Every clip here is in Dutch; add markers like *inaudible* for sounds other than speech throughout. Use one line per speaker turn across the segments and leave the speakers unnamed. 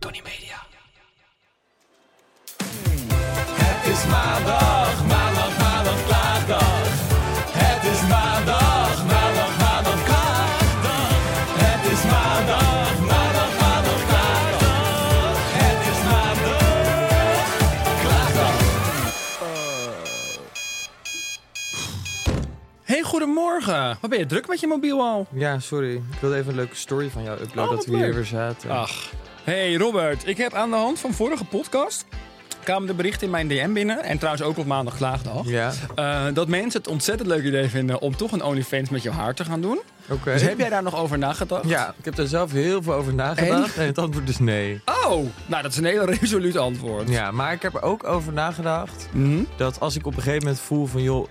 Tony Media. Het is maandag, maandag, maandag, klaardag. Het is maandag, maandag, maandag, klaardag. Het is maandag, maandag, maandag, klaardag. Het is maandag, klaardag.
Hey, goedemorgen. Wat ben je druk met je mobiel al?
Ja, sorry. Ik wilde even een leuke story van jou uploaden
Oh,
dat we
wat
hier
leuk. Ah.
weer zaten.
Ach. Hey Robert, ik heb aan de hand van vorige podcast... kwamen de berichten in mijn DM binnen. En trouwens ook op maandag klaagdag.
Ja,
*laughs* eh, dat mensen het ontzettend leuk idee vinden om toch een OnlyFans met je haar te gaan doen.
oké.
Dus heb jij daar nog over nagedacht?
Ja, ik heb daar zelf heel veel over nagedacht en, het antwoord is nee.
Oh, nou dat is een hele *laughs* resoluut antwoord.
Ja, maar ik heb er ook over nagedacht
Mhm.
dat als ik op een gegeven moment voel van joh,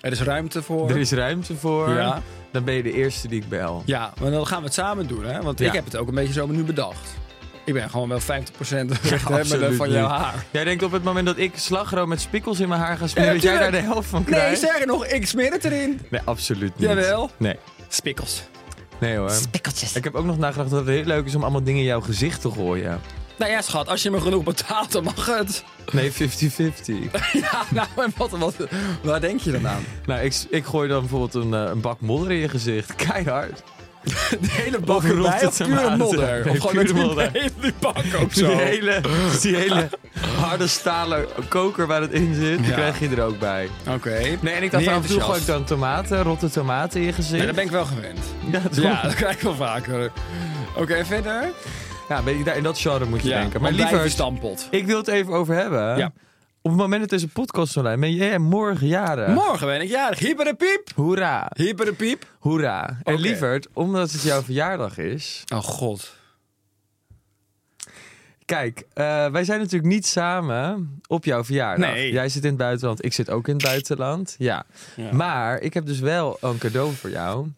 Er is ruimte voor.
er is ruimte voor,
Ja.
dan ben je de eerste die ik bel.
Ja, maar dan gaan we het samen doen, hè? Want
Ja.
ik heb het ook een beetje zo nu bedacht. Ik ben gewoon wel 50% *laughs* rechthebbende
absoluut
van jouw
niet.
haar.
Jij denkt op het moment dat ik slagroom met spikkels in mijn haar ga smeren,
Ja,
dat jij daar
tuurlijk.
de helft van
Nee,
krijgt?
zeg nog, ik smeer het erin.
Nee, absoluut niet.
Jawel.
Nee,
Spikkels.
nee hoor.
Spikkeltjes.
Ik heb ook nog nagedacht dat het heel leuk is om allemaal dingen in jouw gezicht te gooien.
Nou ja, schat, als je me genoeg betaalt, dan mag het. *laughs*
Nee, 50-50.
Ja, nou, en wat, wat, waar denk je dan aan?
Nou, ik, ik gooi dan bijvoorbeeld een, eh, een bak modder in je gezicht. *laughs* Keihard.
De hele bak
Of rolt
erbij,
het
of
hem
pure
uit?
modder?
Nee,
of gewoon
pure
met
modder.
die, hele- die
*laughs*
bak ook
Die
zo?
hele, die hele harde stalen koker waar het in zit, die
Ja.
krijg je er ook bij.
Oké.
Nee, en
Meer
ik dacht af en toe
enthousiast.
gooi ik dan tomaten, rotte tomaten in je gezicht.
Nee, dat ben ik wel gewend.
*laughs* Ja, toch?
*laughs* Ja, dat krijg ik wel vaker. Oké, verder?
Ja, ben je daar in dat genre moet je denken. Maar
want blijf
liever,
gestampeld.
ik wil het even over hebben.
Ja.
Op het moment dat deze podcast online ben jij morgen jaren.
Morgen ben ik jarig. Hyper piep.
Hoera,
Hyper piep.
hoera. En
Oké.
lieverd, omdat het jouw verjaardag is.
Oh god.
Kijk, eh, wij zijn natuurlijk niet samen op jouw verjaardag.
Nee.
Jij zit in het buitenland, ik zit ook in het buitenland. Ja.
Ja.
Maar ik heb dus wel een cadeau voor jou.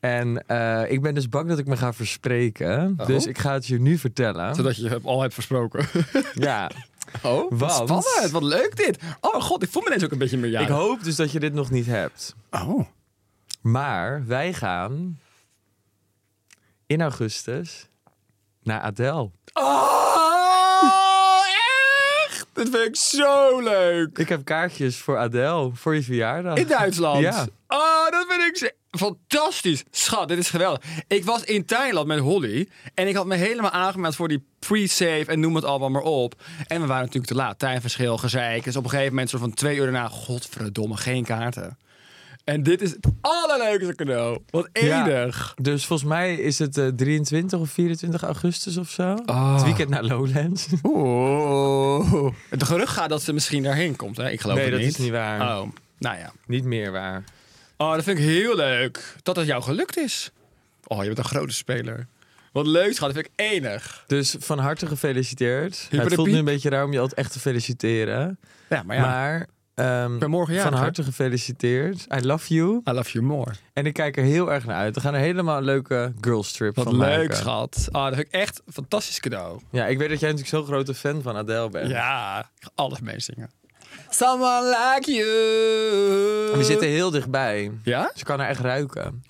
En eh, ik ben dus bang dat ik me ga verspreken.
Oh.
Dus ik ga het je nu vertellen.
Zodat je het al hebt versproken. *laughs*
Ja.
Oh, wat
Want-
spannend. Wat leuk dit. Oh mijn god, ik voel me ineens ook een beetje meer
Ik
jarig.
hoop dus dat je dit nog niet hebt.
Oh.
Maar wij gaan in augustus naar Adele.
Oh, echt? Dit vind ik zo leuk.
Ik heb kaartjes voor Adele voor je verjaardag.
In Duitsland.
Ja.
Oh, dat vind ik zo- fantastisch. Schat, dit is geweldig. Ik was in Thailand met Holly en ik had me helemaal aangemeld voor die pre-save en noem het allemaal maar op. En we waren natuurlijk te laat. Tijdverschil, gezeik. Dus op een gegeven moment, zo van twee uur daarna, godverdomme, geen kaarten. En dit is het allerleukste cadeau. Wat
Ja.
enig.
Dus volgens mij is het eh, 23 of 24 augustus of zo.
Ah.
Het weekend naar Lowlands.
Oeh. Het gerucht gaat dat ze misschien daarheen komt, hè? Ik geloof
Nee,
het
dat
niet.
is niet waar.
Oh, nou ja.
Niet meer waar.
Oh, dat vind ik heel leuk. Dat het jou gelukt is. Oh, je bent een grote speler. Wat leuk, schat. Dat vind ik enig.
Dus van harte gefeliciteerd.
Hyper
het
de
voelt
piep.
nu een beetje raar om je altijd echt te feliciteren.
Ja, maar
Maar ehm,
ben morgen jarig,
van
hè?
harte gefeliciteerd. I love you.
I love you more.
En ik kijk er heel erg naar uit. We gaan er helemaal een leuke girls trip
Wat
van
leuk,
maken.
schat. Oh, dat vind ik echt een fantastisch cadeau.
Ja, ik weet dat jij natuurlijk zo'n grote fan van Adele bent.
Ja, ik ga alles meezingen. Someone like you.
We zitten heel dichtbij.
Ja?
Ze kan haar echt ruiken.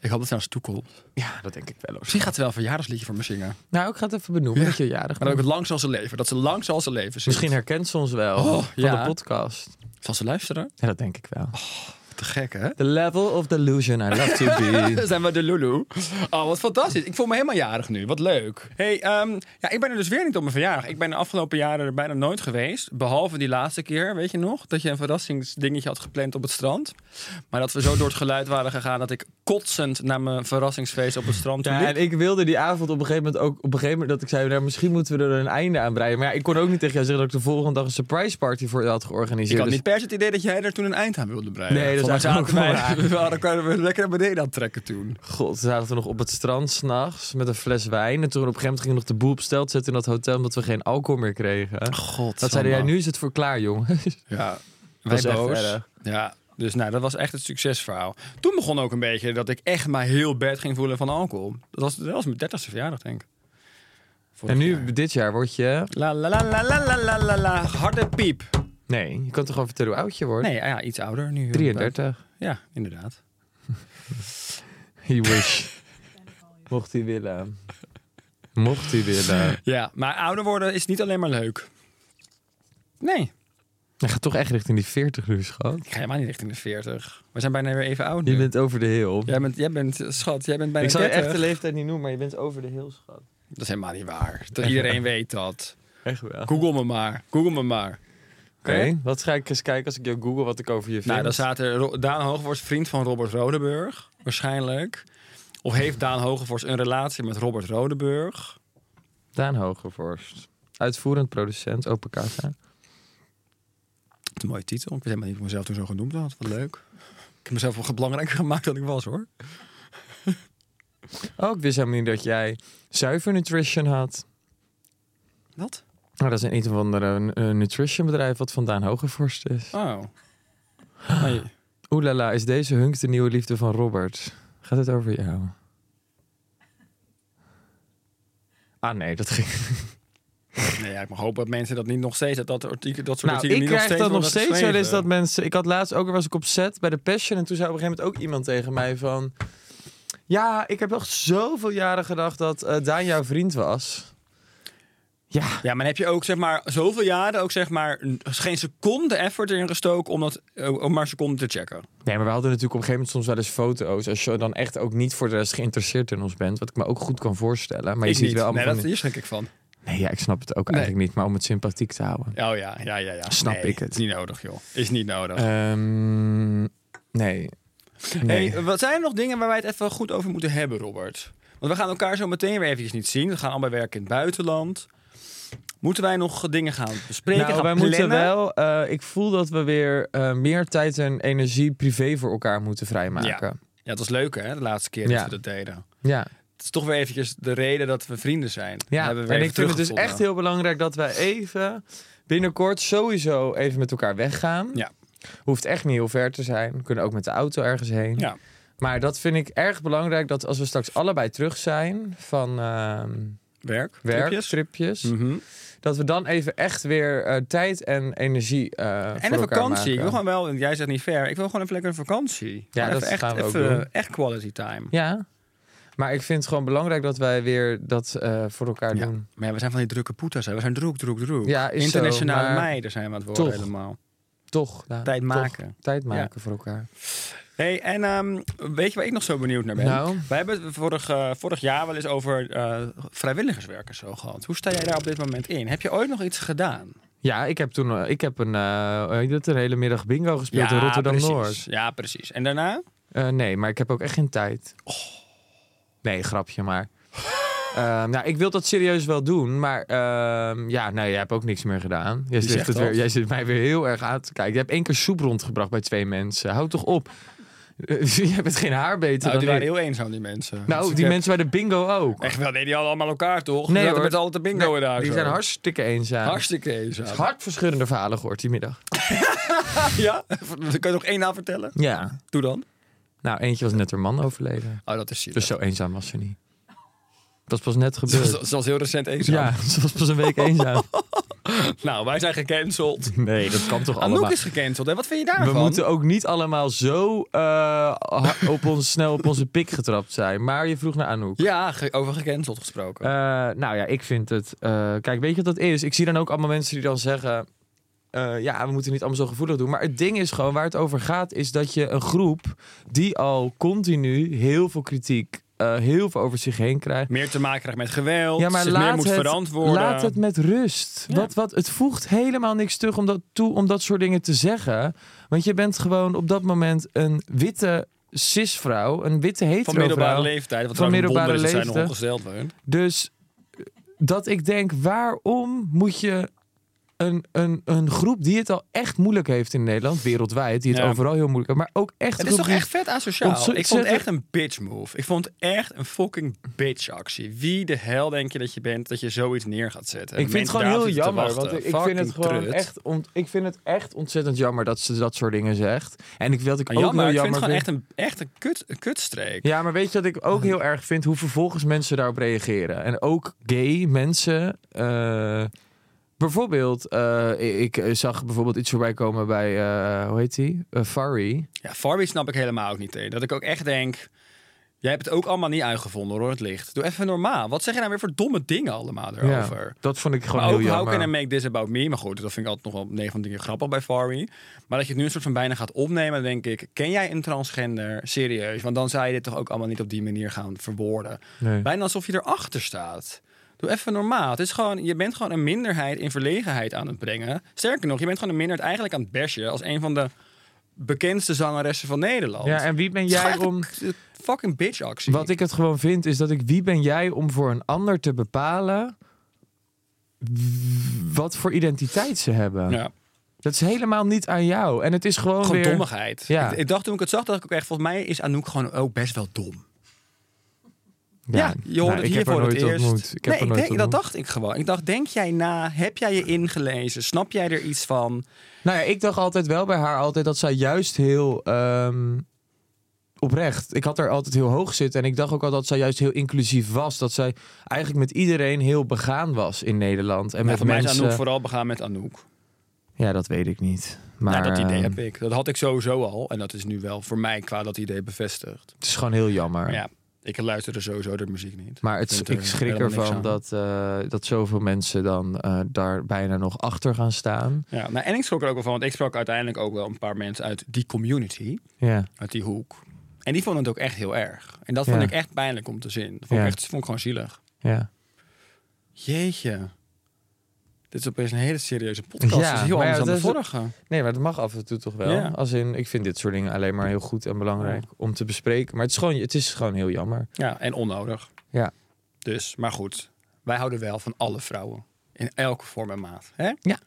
Ik hoop dat ze naar ons toe komt.
Ja, dat denk ik wel. hoor.
Misschien gaat ze wel een verjaardagsliedje voor me zingen.
Nou, ik ga het even benoemen dat je jarig
Maar
bent.
ook het lang zal ze leven. Dat ze lang zal ze leven zingt.
Misschien herkent ze ons wel
Oh,
van
ja.
de podcast.
Zal ze luisteren?
Ja, dat denk ik wel.
Te gek, hè?
The level of delusion I love to be.
*laughs* zijn we de Lulu. Oh, wat fantastisch. Ik voel me helemaal jarig nu. Wat leuk. hey, ehm, ja, ik ben er dus weer niet op mijn verjaardag. Ik ben de afgelopen jaren er bijna nooit geweest. Behalve die laatste keer, weet je nog? Dat je een verrassingsdingetje had gepland op het strand. Maar dat we zo door het geluid waren gegaan dat ik kotsend naar mijn verrassingsfeest op het strand
Ja,
liep.
en ik wilde die avond op een gegeven moment ook op een gegeven moment dat ik zei, nou, misschien moeten we er een einde aan breien. Maar ja, ik kon ook niet tegen jou zeggen dat ik de volgende dag een surprise party voor je had georganiseerd.
Ik had
Dus-
niet per se het idee dat jij er toen een eind aan wilde breien.
Nee, dat is
Volgens mij
eigenlijk ook
zaten
wel
wij- *laughs* We hadden elkaar weer lekker naar beneden aan het trekken toen.
God, toen zaten we nog op het strand s'nachts met een fles wijn. En toen op een gegeven moment ging nog de boel op stel te zetten in dat hotel omdat we geen alcohol meer kregen.
God.
dat zeiden jij, nu is het voor klaar, jongen.
Ja,
was
wij
echt
boos.
erg.
Ja, dus nou, dat was echt het succesverhaal. Toen begon ook een beetje dat ik echt maar heel bad ging voelen van alcohol. Dat was, dat was mijn 30ste verjaardag, denk ik. Vorig
en nu,
jaar.
dit jaar, word je...
La la la la la la la la la. Harde piep.
Nee, je kan toch gewoon vertellen hoe oud je wordt?
Nee, ja, iets ouder nu.
33.
Ja, inderdaad.
He wish. Mocht hij willen. Mocht hij willen.
Ja, maar ouder worden is niet alleen maar leuk. Nee,
Hij gaat toch echt richting die 40 nu, schat.
ik ga helemaal niet richting de 40. We zijn bijna weer even oud nu.
Je bent over de heel.
Jij bent, jij bent, schat, jij bent bijna
ik zal je
30.
echt de leeftijd niet noemen, maar je bent over de heel, schat.
Dat is helemaal niet waar. Dat iedereen weet dat.
Echt wel. Oké,
Google me maar. Google me maar.
wat ga ik eens kijken als ik jou google wat ik over je vind?
Nou, dan staat er Ro- Daan Hogevorst, vriend van Robert Rodeburg, waarschijnlijk. Of heeft Daan Hogevorst een relatie met Robert Rodeburg?
Daan Hogevorst. Uitvoerend producent, Open Casa.
Wat een mooie titel. Ik weet helemaal niet of ik mezelf toen zo genoemd had. Wat leuk. Ik heb mezelf wel belangrijker gemaakt dan ik was, hoor.
Oh, ik wist helemaal niet dat jij zuiver nutrition had.
Wat?
Nou, dat is een een of andere eh, nutritionbedrijf wat van Daan Hogevorst is.
Oh. Maar je-
Oelala, is deze hunk de nieuwe liefde van Robert? Gaat het over jou? Ah nee, dat ging...
nee, ja, ik mag hopen dat mensen dat niet nog steeds... Dat, dat, artikel- dat soort
Nou,
artikelen
ik
niet nog
krijg
steeds
dat nog
worden
steeds wel eens
geschreven.
dat mensen... Ik had laatst ook, was ik op set bij de Passion... en toen zei op een gegeven moment ook iemand tegen mij van... Ja, ik heb nog zoveel jaren gedacht dat eh, Daan jouw vriend was. Ja,
Ja, maar heb je ook zeg maar zoveel jaren ook zeg maar n- geen seconde effort erin gestoken om, dat, eh, om maar een seconde te checken?
Nee, maar we hadden natuurlijk op een gegeven moment soms wel eens foto's. Als je dan echt ook niet voor de rest geïnteresseerd in ons bent. Wat ik me ook goed kan voorstellen. Maar je
ik
ziet
niet.
wel allemaal.
nee, dat,
van die-
hier schrik ik van.
nee, ja, ik snap het ook
Nee.
eigenlijk niet. Maar om het sympathiek te houden.
Oh ja, ja, ja, ja.
Snap
Nee,
ik het.
Is
Eh,
niet nodig, joh. Is niet nodig.
Ehm, nee. Nee.
Hey, wat zijn er nog dingen waar wij het even goed over moeten hebben, Robert? Want we gaan elkaar zo meteen weer eventjes niet zien. We gaan allemaal werken in het buitenland. Moeten wij nog dingen gaan bespreken?
Nou,
gaan
wij moeten
plannen?
wel. eh, ik voel dat we weer eh, meer tijd en energie privé voor elkaar moeten vrijmaken.
Ja, het was leuk hè, de laatste keer
Ja.
dat we dat deden.
Ja.
Het is toch weer eventjes de reden dat we vrienden zijn.
ja.
Hebben we weer
en ik
even
vind het dus
teruggevonden.
echt heel belangrijk dat wij even binnenkort sowieso even met elkaar weggaan.
Ja.
Hoeft echt niet heel ver te zijn. We kunnen ook met de auto ergens heen.
Ja.
Maar dat vind ik erg belangrijk dat als we straks allebei terug zijn van ehm
Werk,
werk,
tripjes.
tripjes,
Mhm.
dat we dan even echt weer eh, tijd en energie eh voor
En een
elkaar
vakantie. Ik wil
maken.
gewoon wel, want jij zegt niet ver. Ik wil gewoon even lekker een vakantie.
Ja,
Gewoon
dat
even echt,
gaan we ook
even,
doen.
Echt quality time.
Ja, maar ik vind het gewoon belangrijk dat wij weer dat eh, voor elkaar
Ja.
doen.
Maar ja, we zijn van die drukke poeters. Hè. We zijn droek, droek, droek.
Ja, is zo,
Internationale
maar-
meiden zijn we aan het worden
Toch.
helemaal.
Toch? Daan,
Tijd
toch
maken.
Tijd maken voor elkaar.
hey, en ehm, weet je waar ik nog zo benieuwd naar ben?
Nou?
Wij hebben het vorig, eh, vorig jaar wel eens over eh vrijwilligerswerk en zo gehad. Hoe sta jij daar op dit moment in? Heb je ooit nog iets gedaan?
Ja, ik heb toen eh, ik heb een, eh, hoe heet het, een hele middag bingo gespeeld in
precies.
Rotterdam-Noord.
Ja, precies. En daarna? Nou,
Eh, nee, maar ik heb ook echt geen tijd.
Oh.
Nee, grapje maar. *laughs* Ehm, nou, ik wil dat serieus wel doen, maar ehm, ja, nee, jij hebt ook niks meer gedaan. Jij
zegt
zit, het
dat?
weer, jij zit mij weer heel erg aan te kijken. Je hebt één keer soep rondgebracht bij twee mensen. Houd toch op. *laughs* je hebt geen haar beter
Nou, die
dan
waren
ik.
heel eenzaam, die mensen. Dus
Nou,
ik
die
heb-
mensen bij de bingo ook.
Echt wel, nee, die hadden allemaal elkaar toch?
Nee,
Nee,
hoor.
met altijd de bingo in huis.
die zijn
hoor.
hartstikke eenzaam.
hartstikke eenzaam.
Hartverscheurende verhalen gehoord die middag.
*laughs* Ja, dan kan je nog één naam vertellen.
Ja.
Doe dan.
Nou, eentje was net haar man overleden.
Oh, dat is zielig.
Dus
*laughs*
zo eenzaam was ze niet. Dat is pas net
Ze was-
gebeurd.
ze was heel recent eenzaam.
Ja, *laughs* ze was pas een week eenzaam.
Nou, wij zijn gecanceld.
*laughs* Nee, dat kan toch
Anouk
allemaal.
is gecanceld. Hè? Wat vind je
We
daarvan?
moeten ook niet allemaal zo eh, ha- op ons, snel op onze pik getrapt zijn. Maar je vroeg naar Anouk.
Ja, ge- over gecanceld gesproken.
Eh, nou ja, ik vind het. eh, kijk, weet je wat dat is? Ik zie dan ook allemaal mensen die dan zeggen. eh, eh, ja, we moeten niet allemaal zo gevoelig doen. Maar het ding is gewoon, waar het over gaat, is dat je een groep die al continu heel veel kritiek, eh, heel veel over zich heen krijgt.
Meer te maken krijgt met geweld.
Ja, maar
zich meer
laat,
moet
het,
verantwoorden.
laat het met rust. Wat, wat, het voegt helemaal niks terug om dat, toe om dat soort dingen te zeggen. Want je bent gewoon op dat moment een witte cisvrouw, een witte
van
hetero
middelbare
vrouw.
leeftijd. Want
Van
van middelbare
middelbare
is dat zij nog
leeftijd.
ongesteld worden.
Dus dat ik denk, waarom moet je een, een, een groep die het al echt moeilijk heeft in Nederland, wereldwijd, die het
Ja.
overal heel moeilijk heeft, maar ook echt...
Het
een
is
groep
toch
die-
echt vet asociaal?
Ontzettend-
Ik vond het echt een bitch move. Ik vond het echt een fucking bitch actie. Wie de hel denk je dat je bent dat je zoiets neer gaat zetten?
Ik vind het
Mensen
gewoon
daar
heel
zitten te
jammer.
wachten.
Want ik, ik vind
Fucking
het gewoon
trut.
echt, ont, ik vind het echt ontzettend jammer dat ze dat soort dingen zegt. En ik wil dat ik ook
Maar jammer,
heel
ik
jammer
vind het gewoon echt een, echt een, kut, een kutstreek.
Ja, maar weet je wat ik ook heel erg vind? Hoe vervolgens mensen daarop reageren. En ook gay mensen. eh, bijvoorbeeld, eh, ik ik zag bijvoorbeeld iets voorbij komen bij, eh, hoe heet die? Eh, Fari.
Ja, Farby snap ik helemaal ook niet. Hè. Dat ik ook echt denk... Jij hebt het ook allemaal niet uitgevonden hoor, het licht. Doe even normaal. Wat zeg je nou weer voor domme dingen allemaal daarover?
Ja, dat vond ik gewoon
Oh, maar ook
heel
How Can I
jammer.
Make This About Me? Maar goed, dat vind ik altijd nog wel 9 van 10 keer grappig bij Farmy. Maar dat je het nu een soort van bijna gaat opnemen, dan denk ik... Ken jij een transgender? Serieus? Want dan zou je dit toch ook allemaal niet op die manier gaan verwoorden.
Nee.
Bijna alsof je erachter staat. Doe even normaal. Het is gewoon, je bent gewoon een minderheid in verlegenheid aan het brengen. Sterker nog, je bent gewoon een minderheid eigenlijk aan het bashen... als een van de bekendste zangeressen van Nederland.
Ja, en wie ben
Het is
jij
gewoon
om...
echt een k- Fucking bitch actie.
Wat ik het gewoon vind, is dat ik... Wie ben jij om voor een ander te bepalen... w- wat voor identiteit ze hebben?
Ja,
Dat is helemaal niet aan jou. En het is gewoon,
gewoon
weer...
dommigheid.
Ja.
Ik, ik dacht toen ik het zag, dacht ik ook echt... Volgens mij is Anouk gewoon ook best wel dom.
Ja,
Ja, je hoort
nou,
het
ik
hier
heb haar
voor het
nooit
eerst.
ontmoet. Ik heb
nee,
haar
ik
nooit
denk, dat
ontmoet.
dacht ik gewoon. Ik dacht, denk jij na? Heb jij je ingelezen? Snap jij er iets van?
Nou ja, ik dacht altijd wel bij haar altijd dat zij juist heel ehm, oprecht. Ik had haar altijd heel hoog zitten en ik dacht ook al dat zij juist heel inclusief was. Dat zij eigenlijk met iedereen heel begaan was in Nederland en
Nou,
met
voor mij is
mensen.
Anouk vooral begaan met Anouk.
Ja, dat weet ik niet. Maar
nou, dat idee
ehm,
heb ik. Dat had ik sowieso al. En dat is nu wel voor mij qua dat idee bevestigd.
het is gewoon heel jammer.
Maar ja, ik luisterde sowieso de muziek niet.
Maar het,
Vind er
ik schrik
helemaal niks
ervan
aan.
dat, eh, dat zoveel mensen dan eh, daar bijna nog achter gaan staan.
Ja, nou, en ik schrok er ook wel van, want ik sprak uiteindelijk ook wel een paar mensen uit die community,
Ja.
uit die hoek. En die vonden het ook echt heel erg. En dat
Ja.
vond ik echt pijnlijk om te zien. Dat vond,
Ja.
ik echt, vond ik gewoon zielig.
ja.
Jeetje. Dit is opeens een hele serieuze podcast.
Ja,
dat is heel
maar ja,
anders dan de
dat is-
vorige.
Nee, maar dat mag af en toe toch wel.
Ja.
Als in, ik vind dit soort dingen alleen maar heel goed en belangrijk om te bespreken. Maar het is gewoon, het is gewoon heel jammer.
Ja, en onnodig.
Ja.
Dus, maar goed. Wij houden wel van alle vrouwen. In elke vorm en maat. Hè?
Ja.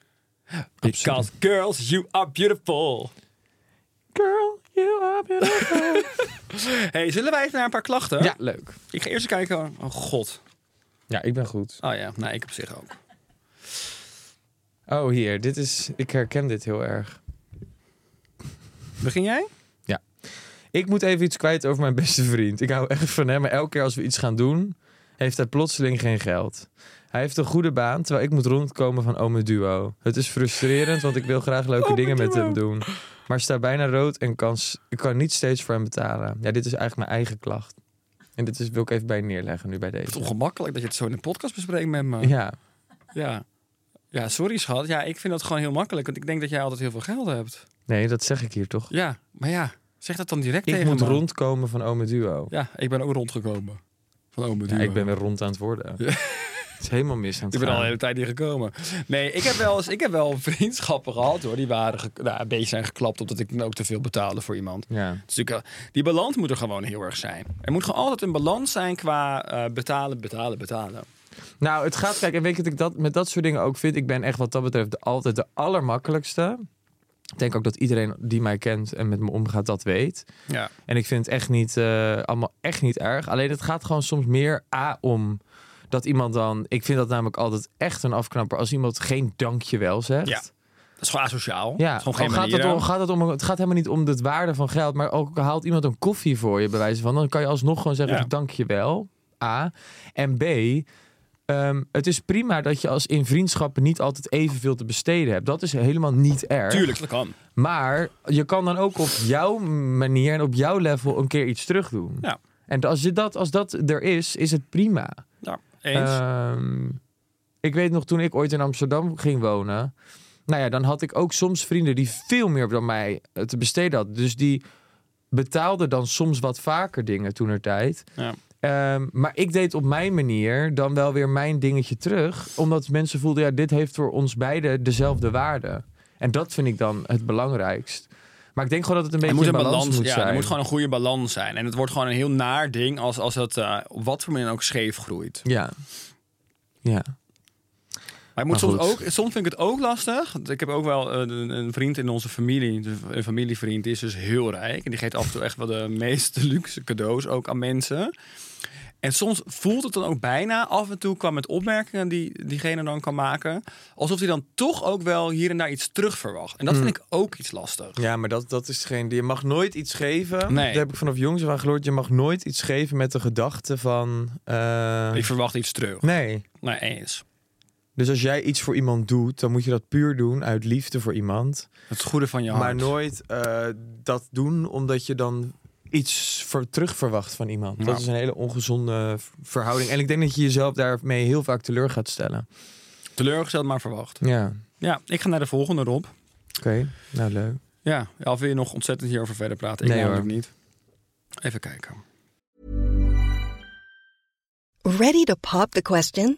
Because
Absoluut.
girls, you are beautiful.
Girl, you are beautiful.
hey, zullen wij even naar een paar klachten?
ja, leuk.
Ik ga eerst even kijken. Oh god.
Ja, ik ben goed.
Oh ja, nou ik op zich ook.
Oh, hier. Dit is, ik herken dit heel erg.
Begin jij?
Ik moet even iets kwijt over mijn beste vriend. Ik hou echt van hem, maar elke keer als we iets gaan doen, heeft hij plotseling geen geld. Hij heeft een goede baan, terwijl ik moet rondkomen van Ome Duo. Het is frustrerend, want ik wil graag leuke dingen met hem doen. Maar sta bijna rood en kan, s- ik kan niet steeds voor hem betalen. Ja, dit is eigenlijk mijn eigen klacht. En dit is, wil ik even bij je neerleggen nu bij
Het
deze.
is ongemakkelijk dat je het zo in een podcast bespreekt met me.
Ja,
ja. Ja, sorry schat. Ja, ik vind dat gewoon heel makkelijk. Want ik denk dat jij altijd heel veel geld hebt.
nee, dat zeg ik hier toch.
Ja, maar ja. Zeg dat dan direct
Ik
tegen
moet
me.
rondkomen van Ome Duo.
Ja, ik ben ook rondgekomen. Van Ome
Ja,
Duo.
ik ben weer rond aan het worden.
Ja.
Het is helemaal mis aan het
Ik ben al
gaan.
de hele tijd niet gekomen. Nee, ik heb wel, eens, ik heb wel vriendschappen gehad hoor. Die waren ge- nou, een beetje zijn geklapt omdat ik dan ook te veel betaalde voor iemand.
Ja.
Het is natuurlijk wel- die balans moet er gewoon heel erg zijn. Er moet gewoon altijd een balans zijn qua eh, betalen, betalen, betalen.
Nou, het gaat, kijk, en weet je wat ik dat, met dat soort dingen ook vind? Ik ben echt wat dat betreft de- altijd de allermakkelijkste. Ik denk ook dat iedereen die mij kent en met me omgaat dat weet.
Ja.
En ik vind het echt niet, eh, allemaal echt niet erg. Alleen het gaat gewoon soms meer A om dat iemand dan... Ik vind dat namelijk altijd echt een afknapper als iemand geen dankjewel zegt.
Ja. Dat is gewoon asociaal.
Ja,
Dat is gewoon
al
geen
gaat het,
manieren.
om, gaat het, om, het gaat helemaal niet om de waarde van geld, maar ook haalt iemand een koffie voor je, bij wijze van. Dan kan je alsnog gewoon zeggen:
Ja.
dank je wel. A. En B. ehm, het is prima dat je als in vriendschappen niet altijd evenveel te besteden hebt. Dat is helemaal niet erg.
Tuurlijk, dat kan.
Maar je kan dan ook op jouw manier en op jouw level een keer iets terug doen.
Ja.
En als, je dat, als dat er is, is het prima.
Ja, eens.
Eh, Ehm, ik weet nog toen ik ooit in Amsterdam ging wonen. Nou ja, dan had ik ook soms vrienden die veel meer dan mij eh, te besteden hadden. Dus die betaalden dan soms wat vaker dingen toen er tijd. Ehm,
Ja.
maar ik deed op mijn manier dan wel weer mijn dingetje terug. Omdat mensen voelden, ja, dit heeft voor ons beiden dezelfde waarde. En dat vind ik dan het belangrijkst. Maar ik denk gewoon dat het een
Er
beetje
moet een
een balans,
balans
moet
ja,
zijn.
Er moet gewoon een goede balans zijn. En het wordt gewoon een heel naar ding als, als het eh, op wat voor manier dan ook scheef groeit.
Ja. Ja.
Maar ik moet
Maar
soms ook,
goed.
soms vind ik het ook lastig. Want Ik heb ook wel eh, een, een vriend in onze familie, dus een familievriend, die is dus heel rijk. En die geeft af en toe echt wel de *laughs* meest luxe cadeaus ook aan mensen. En soms voelt het dan ook bijna, af en toe kwam met opmerkingen die diegene dan kan maken, alsof hij dan toch ook wel hier en daar iets terug verwacht. En dat vind ik ook iets lastig.
Mm. Ja, maar dat, dat is geen. Je mag nooit iets geven.
Nee.
Dat heb ik vanaf jongs af aan gehoord. Je mag nooit iets geven met de gedachte van. eh,
Ik verwacht iets terug.
nee.
Nee, eens.
Dus als jij iets voor iemand doet, dan moet je dat puur doen uit liefde voor iemand.
Het goede van je hart.
Maar nooit eh, dat doen omdat je dan iets voor terug verwacht van iemand.
Ja.
Dat is een hele ongezonde v- verhouding. En ik denk dat je jezelf daarmee heel vaak teleur gaat stellen.
Teleurgesteld, maar verwacht.
Ja.
Ja, ik ga naar de volgende, Rob.
Oké. Nou, leuk.
Ja, ja, of wil je nog ontzettend hierover verder praten? Ik
Nee,
namelijk
hoor.
niet. Even kijken.
Ready to pop the question?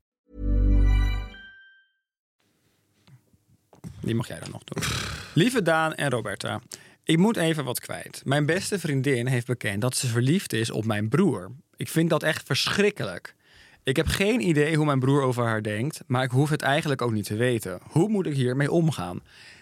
Die mag jij dan nog doen. Lieve Daan en Roberta, ik moet even wat kwijt. Mijn beste vriendin heeft bekend dat ze verliefd is op mijn broer. Ik vind dat echt verschrikkelijk. Ik heb geen idee hoe mijn broer over haar denkt, maar ik hoef het eigenlijk ook niet te weten. Hoe moet ik hiermee omgaan?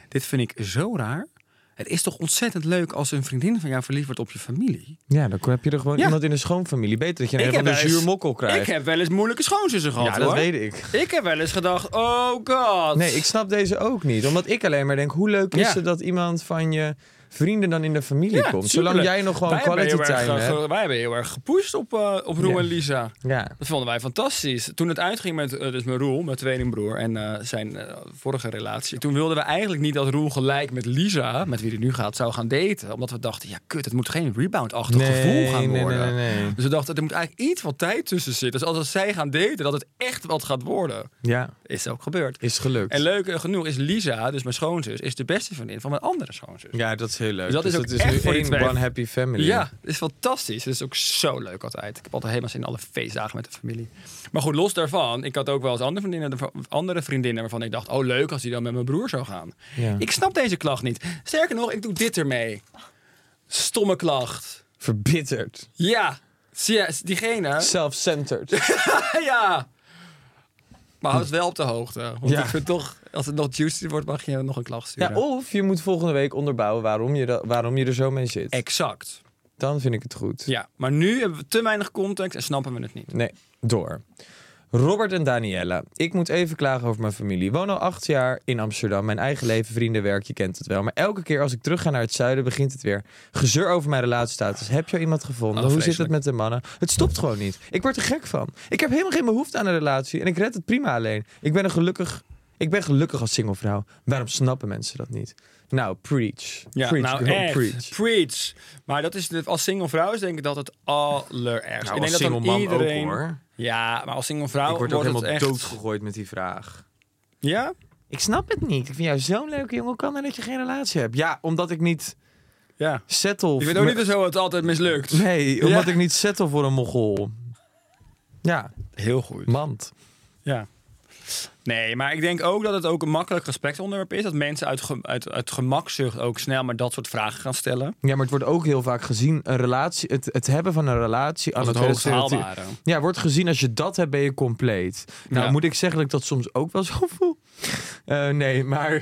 Dit vind ik zo raar. Het is toch ontzettend leuk als een vriendin van jou verliefd wordt op je familie?
Ja, dan heb je er gewoon
Ja.
iemand in de schoonfamilie. Beter dat je een van de
wel eens-
zuurmokkel krijgt.
Ik heb wel eens moeilijke schoonzussen gehad.
ja, dat
hoor.
weet ik.
Ik heb wel eens gedacht, oh god.
Nee, ik snap deze ook niet. Omdat ik alleen maar denk, hoe leuk is
Ja.
het dat iemand van je vrienden dan in de familie
Ja,
komt? Zolang
superleuk.
jij nog gewoon
Wij hebben
quality
heel erg,
time
eh,
hebt.
ge- Wij hebben heel erg gepusht op, eh, op Roel
Ja.
en Lisa.
Ja.
Dat vonden wij fantastisch. Toen het uitging met, eh, dus met Roel, mijn tweelingbroer en eh, zijn eh, vorige relatie. Toen wilden we eigenlijk niet dat Roel gelijk met Lisa, met wie hij nu gaat, zou gaan daten. Omdat we dachten, ja kut, het moet geen rebound-achtig gevoel gaan
nee,
worden.
nee, nee, nee.
Dus we dachten, er moet eigenlijk iets wat tijd tussen zitten. Dus als zij gaan daten, dat het echt wat gaat worden.
Ja,
Is ook gebeurd.
is gelukt.
En leuk genoeg is Lisa, dus mijn schoonzus, is de beste vriendin van mijn andere schoonzus.
Ja, dat is heel leuk.
Dus dat is ook
het is
echt
nu
voor die
één
twee.
one happy family.
Ja, het is fantastisch. Het is ook zo leuk altijd. Ik heb altijd helemaal zin in alle feestdagen met de familie. Maar goed, los daarvan. Ik had ook wel eens andere vriendinnen, andere vriendinnen waarvan ik dacht... oh, leuk als die dan met mijn broer zou gaan.
Ja.
Ik snap deze klacht niet. Sterker nog, ik doe dit ermee. Stomme klacht.
Verbitterd.
Ja, zie je,
*laughs*
diegene... *laughs*
Self-centered.
ja. Maar houd het wel op de hoogte. Want
Ja.
ik vind toch, als het nog juicy wordt, mag je nog een klacht sturen.
ja, of je moet volgende week onderbouwen waarom je, da- waarom je er zo mee zit.
Exact.
Dan vind ik het goed.
Ja, maar nu hebben we te weinig context en snappen we het niet.
Nee, door. Robert en Daniela. Ik moet even klagen over mijn familie. Ik woon al acht jaar in Amsterdam. Mijn eigen leven, vrienden, werk, je kent het wel. Maar elke keer als ik terug ga naar het zuiden, begint het weer. Gezeur over mijn relatiestatus. Heb je al iemand gevonden?
Oh,
Hoe zit het
vreselijk.
met de mannen? Het stopt gewoon niet. Ik word er gek van. Ik heb helemaal geen behoefte aan een relatie. En ik red het prima alleen. Ik ben een gelukkig... Ik ben gelukkig als single vrouw. Waarom snappen mensen dat niet? Nou, preach.
Ja,
preach,
nou
girl,
echt.
preach.
Preach. Maar dat is de, als single vrouw is denk ik dat het allerergst.
Nou,
ik denk dat dan iedereen- Ja, maar als single vrouw
Ik word
wordt,
ook helemaal
het echt...
doodgegooid met die vraag.
Ja?
Ik snap het niet. Ik vind jou zo'n leuke jongen. Hoe kan dat dat je geen relatie hebt? Ja, omdat ik niet
Ja.
settle.
Ik weet
voor-
ook niet zo het altijd mislukt.
Nee, omdat
Ja.
ik niet settle voor een mogol. Ja,
Heel goed.
mand.
Ja. Nee, maar ik denk ook dat het ook een makkelijk gespreksonderwerp is. Dat mensen uit, ge- uit, uit gemakzucht ook snel maar dat soort vragen gaan
*laughs*
stellen.
Ja, maar het wordt ook heel vaak gezien. Een relatie, het, het hebben van een relatie aan
Als het
tweede
hoogst
stereotype-
haalbare.
Ja, wordt gezien als je dat hebt, ben je compleet. Nou,
Ja.
moet ik zeggen dat ik dat soms ook wel zo voel. Eh, nee, maar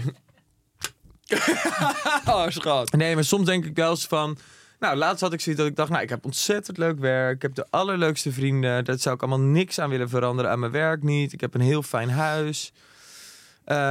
Oh, schat.
Nee, maar soms denk ik wel eens van. Nou, laatst had ik zoiets dat ik dacht, nou, ik heb ontzettend leuk werk. Ik heb de allerleukste vrienden. Daar zou ik allemaal niks aan willen veranderen aan mijn werk niet. Ik heb een heel fijn huis. Eh,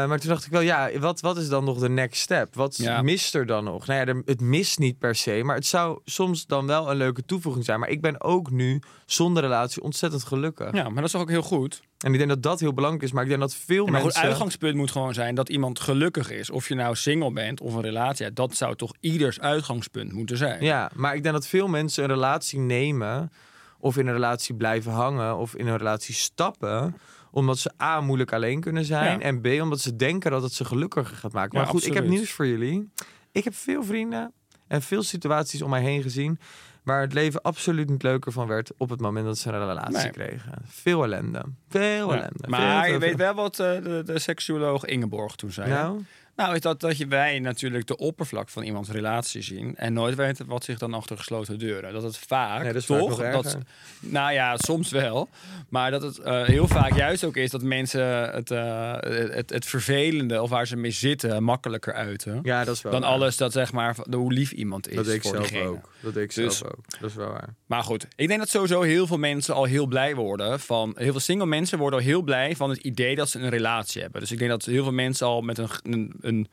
Eh, maar toen dacht ik wel, ja, wat, wat is dan nog de next step? Wat
Ja.
mist er dan nog? Nou ja, er- het mist niet per se, maar het zou soms dan wel een leuke toevoeging zijn. Maar ik ben ook nu zonder relatie ontzettend gelukkig.
Ja, maar dat is toch ook heel goed.
En ik denk dat dat heel belangrijk is, maar ik denk dat veel
Maar goed,
mensen...
uitgangspunt moet gewoon zijn dat iemand gelukkig is. Of je nou single bent of een relatie hebt. Dat zou toch ieders uitgangspunt moeten zijn.
Ja, maar ik denk dat veel mensen een relatie nemen of in een relatie blijven hangen of in een relatie stappen omdat ze A moeilijk alleen kunnen zijn
Ja.
en B omdat ze denken dat het ze gelukkiger gaat maken.
Ja,
maar goed, ik heb
absoluut.
nieuws voor jullie. Ik heb veel vrienden en veel situaties om mij heen gezien waar het leven absoluut niet leuker van werd op het moment dat ze een relatie
Nee.
kregen. Veel ellende. Veel
Ja.
ellende. Veel,
Maar
veel,
je weet
veel.
wel wat eh, de, de seksuoloog Ingeborg toen zei. hè?
Nou,
Nou, is dat, dat je wij natuurlijk de oppervlak van iemands relatie zien en nooit weten wat zich dan achter gesloten deuren. Dat het vaak
Nee, dat is vaak
toch
nog erger.
dat, nou ja, soms wel, maar dat het eh, heel vaak juist ook is dat mensen het, eh, het, het vervelende of waar ze mee zitten makkelijker uiten
ja, dat is wel
dan
waar.
alles dat zeg maar van hoe lief iemand is
Dat deed ik
voor
zelf
diegene.
ook. Dat deed ik
Dus-
zelf ook. Dat is wel waar.
Maar goed, ik denk dat sowieso heel veel mensen al heel blij worden van. Heel veel single mensen worden al heel blij van het idee dat ze een relatie hebben. Dus ik denk dat heel veel mensen al met een, een, een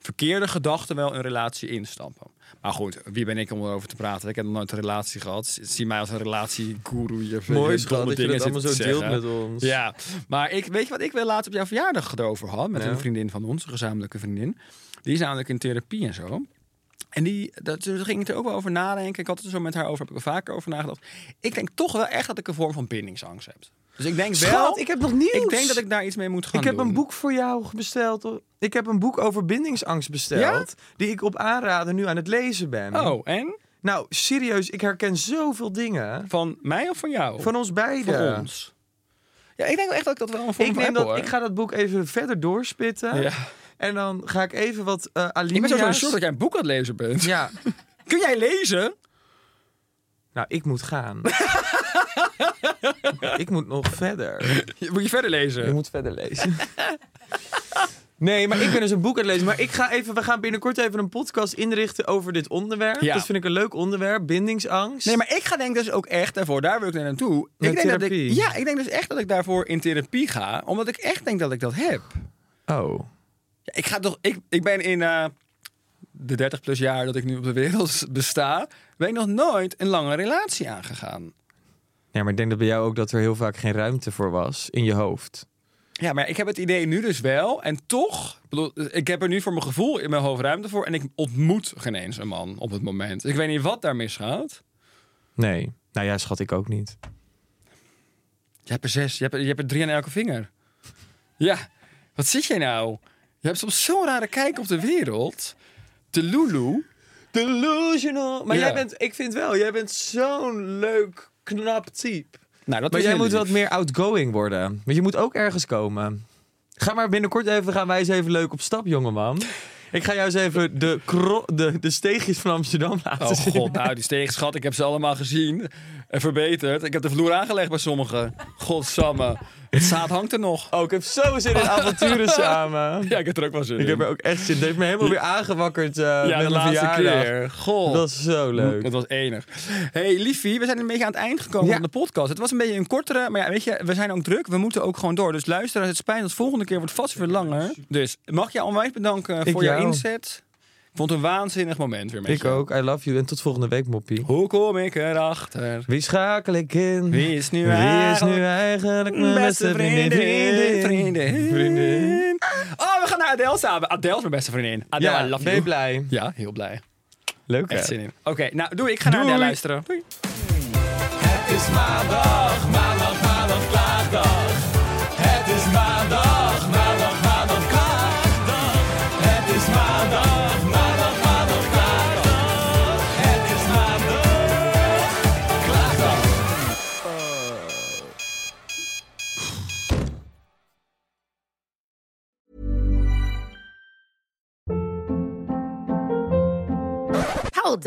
verkeerde gedachte wel een relatie instappen. Maar goed, wie ben ik om erover te praten? Ik heb nog nooit een relatie gehad. Zie mij als een relatiegoeroe. Je
Mooi
je
is dat,
domme
dat je
dingen zit
dat allemaal zo
te
deelt
zeggen.
met ons.
Ja, maar ik, weet je wat ik wel laatst op jouw verjaardag het over had? Met
Ja.
een vriendin van ons, een gezamenlijke vriendin. Die is namelijk in therapie en zo. En die, dat, daar ging ik er ook wel over nadenken. Ik had het er zo met haar over, heb ik er vaker over nagedacht. Ik denk toch wel echt dat ik een vorm van bindingsangst heb. Dus ik denk wel...
Schat, ik heb nog nieuws.
Ik denk dat ik daar iets mee moet gaan
Ik heb
doen.
een boek voor jou besteld. Ik heb een boek over bindingsangst besteld. Die ik op aanraden nu aan het lezen ben.
Oh, en?
Nou, serieus, ik herken zoveel dingen.
Van mij of van jou?
Van ons beiden.
Van ons. Ja, ik denk wel echt dat ik dat wel een vorm
Ik,
van heb,
neem dat,
hoor.
ik ga dat boek even verder doorspitten.
Ja.
En dan ga ik even wat eh
Ik ben
alinea's...
zo van short dat jij een boek aan het lezen bent.
Ja.
Kun jij lezen?
Nou, ik moet
*laughs*
gaan. ik moet nog verder.
Je- Moet je verder lezen?
Je moet verder lezen. *laughs* Nee, maar ik ben dus een boek aan het lezen. Maar ik ga even, we gaan binnenkort even een podcast inrichten over dit onderwerp.
Ja.
Dat vind ik een leuk onderwerp, bindingsangst.
Nee, maar ik ga denk dus ook echt daarvoor, daar wil ik naar naartoe.
Naar
ik denk dat ik,
therapie?
ja, ik denk dus echt dat ik daarvoor in therapie ga, omdat ik echt denk dat ik dat heb.
Oh.
Ja, ik ga toch, ik, ik ben in eh, de 30 plus jaar dat ik nu op de wereld *laughs* besta, ben ik nog nooit een lange relatie aangegaan.
Ja, maar ik denk dat bij jou ook dat er heel vaak geen ruimte voor was in je hoofd.
Ja, maar ik heb het idee nu dus wel. En toch, ik bedoel, ik heb er nu voor mijn gevoel in mijn hoofd ruimte voor. En ik ontmoet geen eens een man op het moment. Ik weet niet wat daar misgaat.
Nee. Nou ja, schat, ik ook niet.
Je hebt er zes. Je hebt er, je hebt er drie aan elke vinger. Ja, wat zit jij nou? Je hebt soms zo'n rare kijk op de wereld. De Lulu.
Delusional. Maar
Ja.
jij bent, ik vind wel, jij bent zo'n leuk, knap type.
Nou, dat
Maar
is
jij
heel
moet
lief.
wat meer outgoing worden. Want je moet ook ergens komen. Ga maar binnenkort even, gaan wij eens even leuk op stap, jongeman. Ik ga jou eens even de, kro- de, de steegjes van Amsterdam laten
Oh
zien.
god, nou die stegenschat, ik heb ze allemaal gezien en verbeterd. Ik heb de vloer aangelegd bij sommigen. Godsamme, het zaad hangt er nog.
Oh, ik heb zo zin in
*laughs*
avonturen samen.
Ja, ik heb er ook wel zin
Ik heb
in.
er ook echt zin in. Het heeft me helemaal weer aangewakkerd eh
ja,
met
de
mijn
laatste
verjaardag.
keer. God.
Dat is zo leuk.
Dat was enig. hey, liefie, we zijn een beetje aan het eind gekomen
Ja.
van de podcast. Het was een beetje een kortere, maar ja, weet je, we zijn ook druk. We moeten ook gewoon door. Dus luister, het spijt ons. Volgende keer wordt vast weer langer. Dus mag je onwijs bedanken eh,
Ik
voor jouw
jou.
inzet. Ik vond het een waanzinnig moment weer met
Ik
je.
ook. I love you. En tot volgende week, moppie.
Hoe kom ik erachter?
Wie schakel ik in?
Wie is nu
Wie is
eigenlijk
nu eigenlijk mijn
mijn
beste vriendin?
vriendin, vriendin,
Vriendin.
Oh, we gaan naar Adele samen. Adele is mijn beste vriendin. Adele,
Ja,
I love
ben je
you.
blij?
Ja, heel blij.
Leuk
Echt
hè?
zin in. Oké, nou doe ik ga naar
Doei.
Adele luisteren. Doei.
Het is maandag, maandag, maandag, klaagdag. Het is maandag, maandag, maandag, klaagdag. Het is maandag, maandag, maandag, klaagdag. Het is maandag, klaagdag.
Hold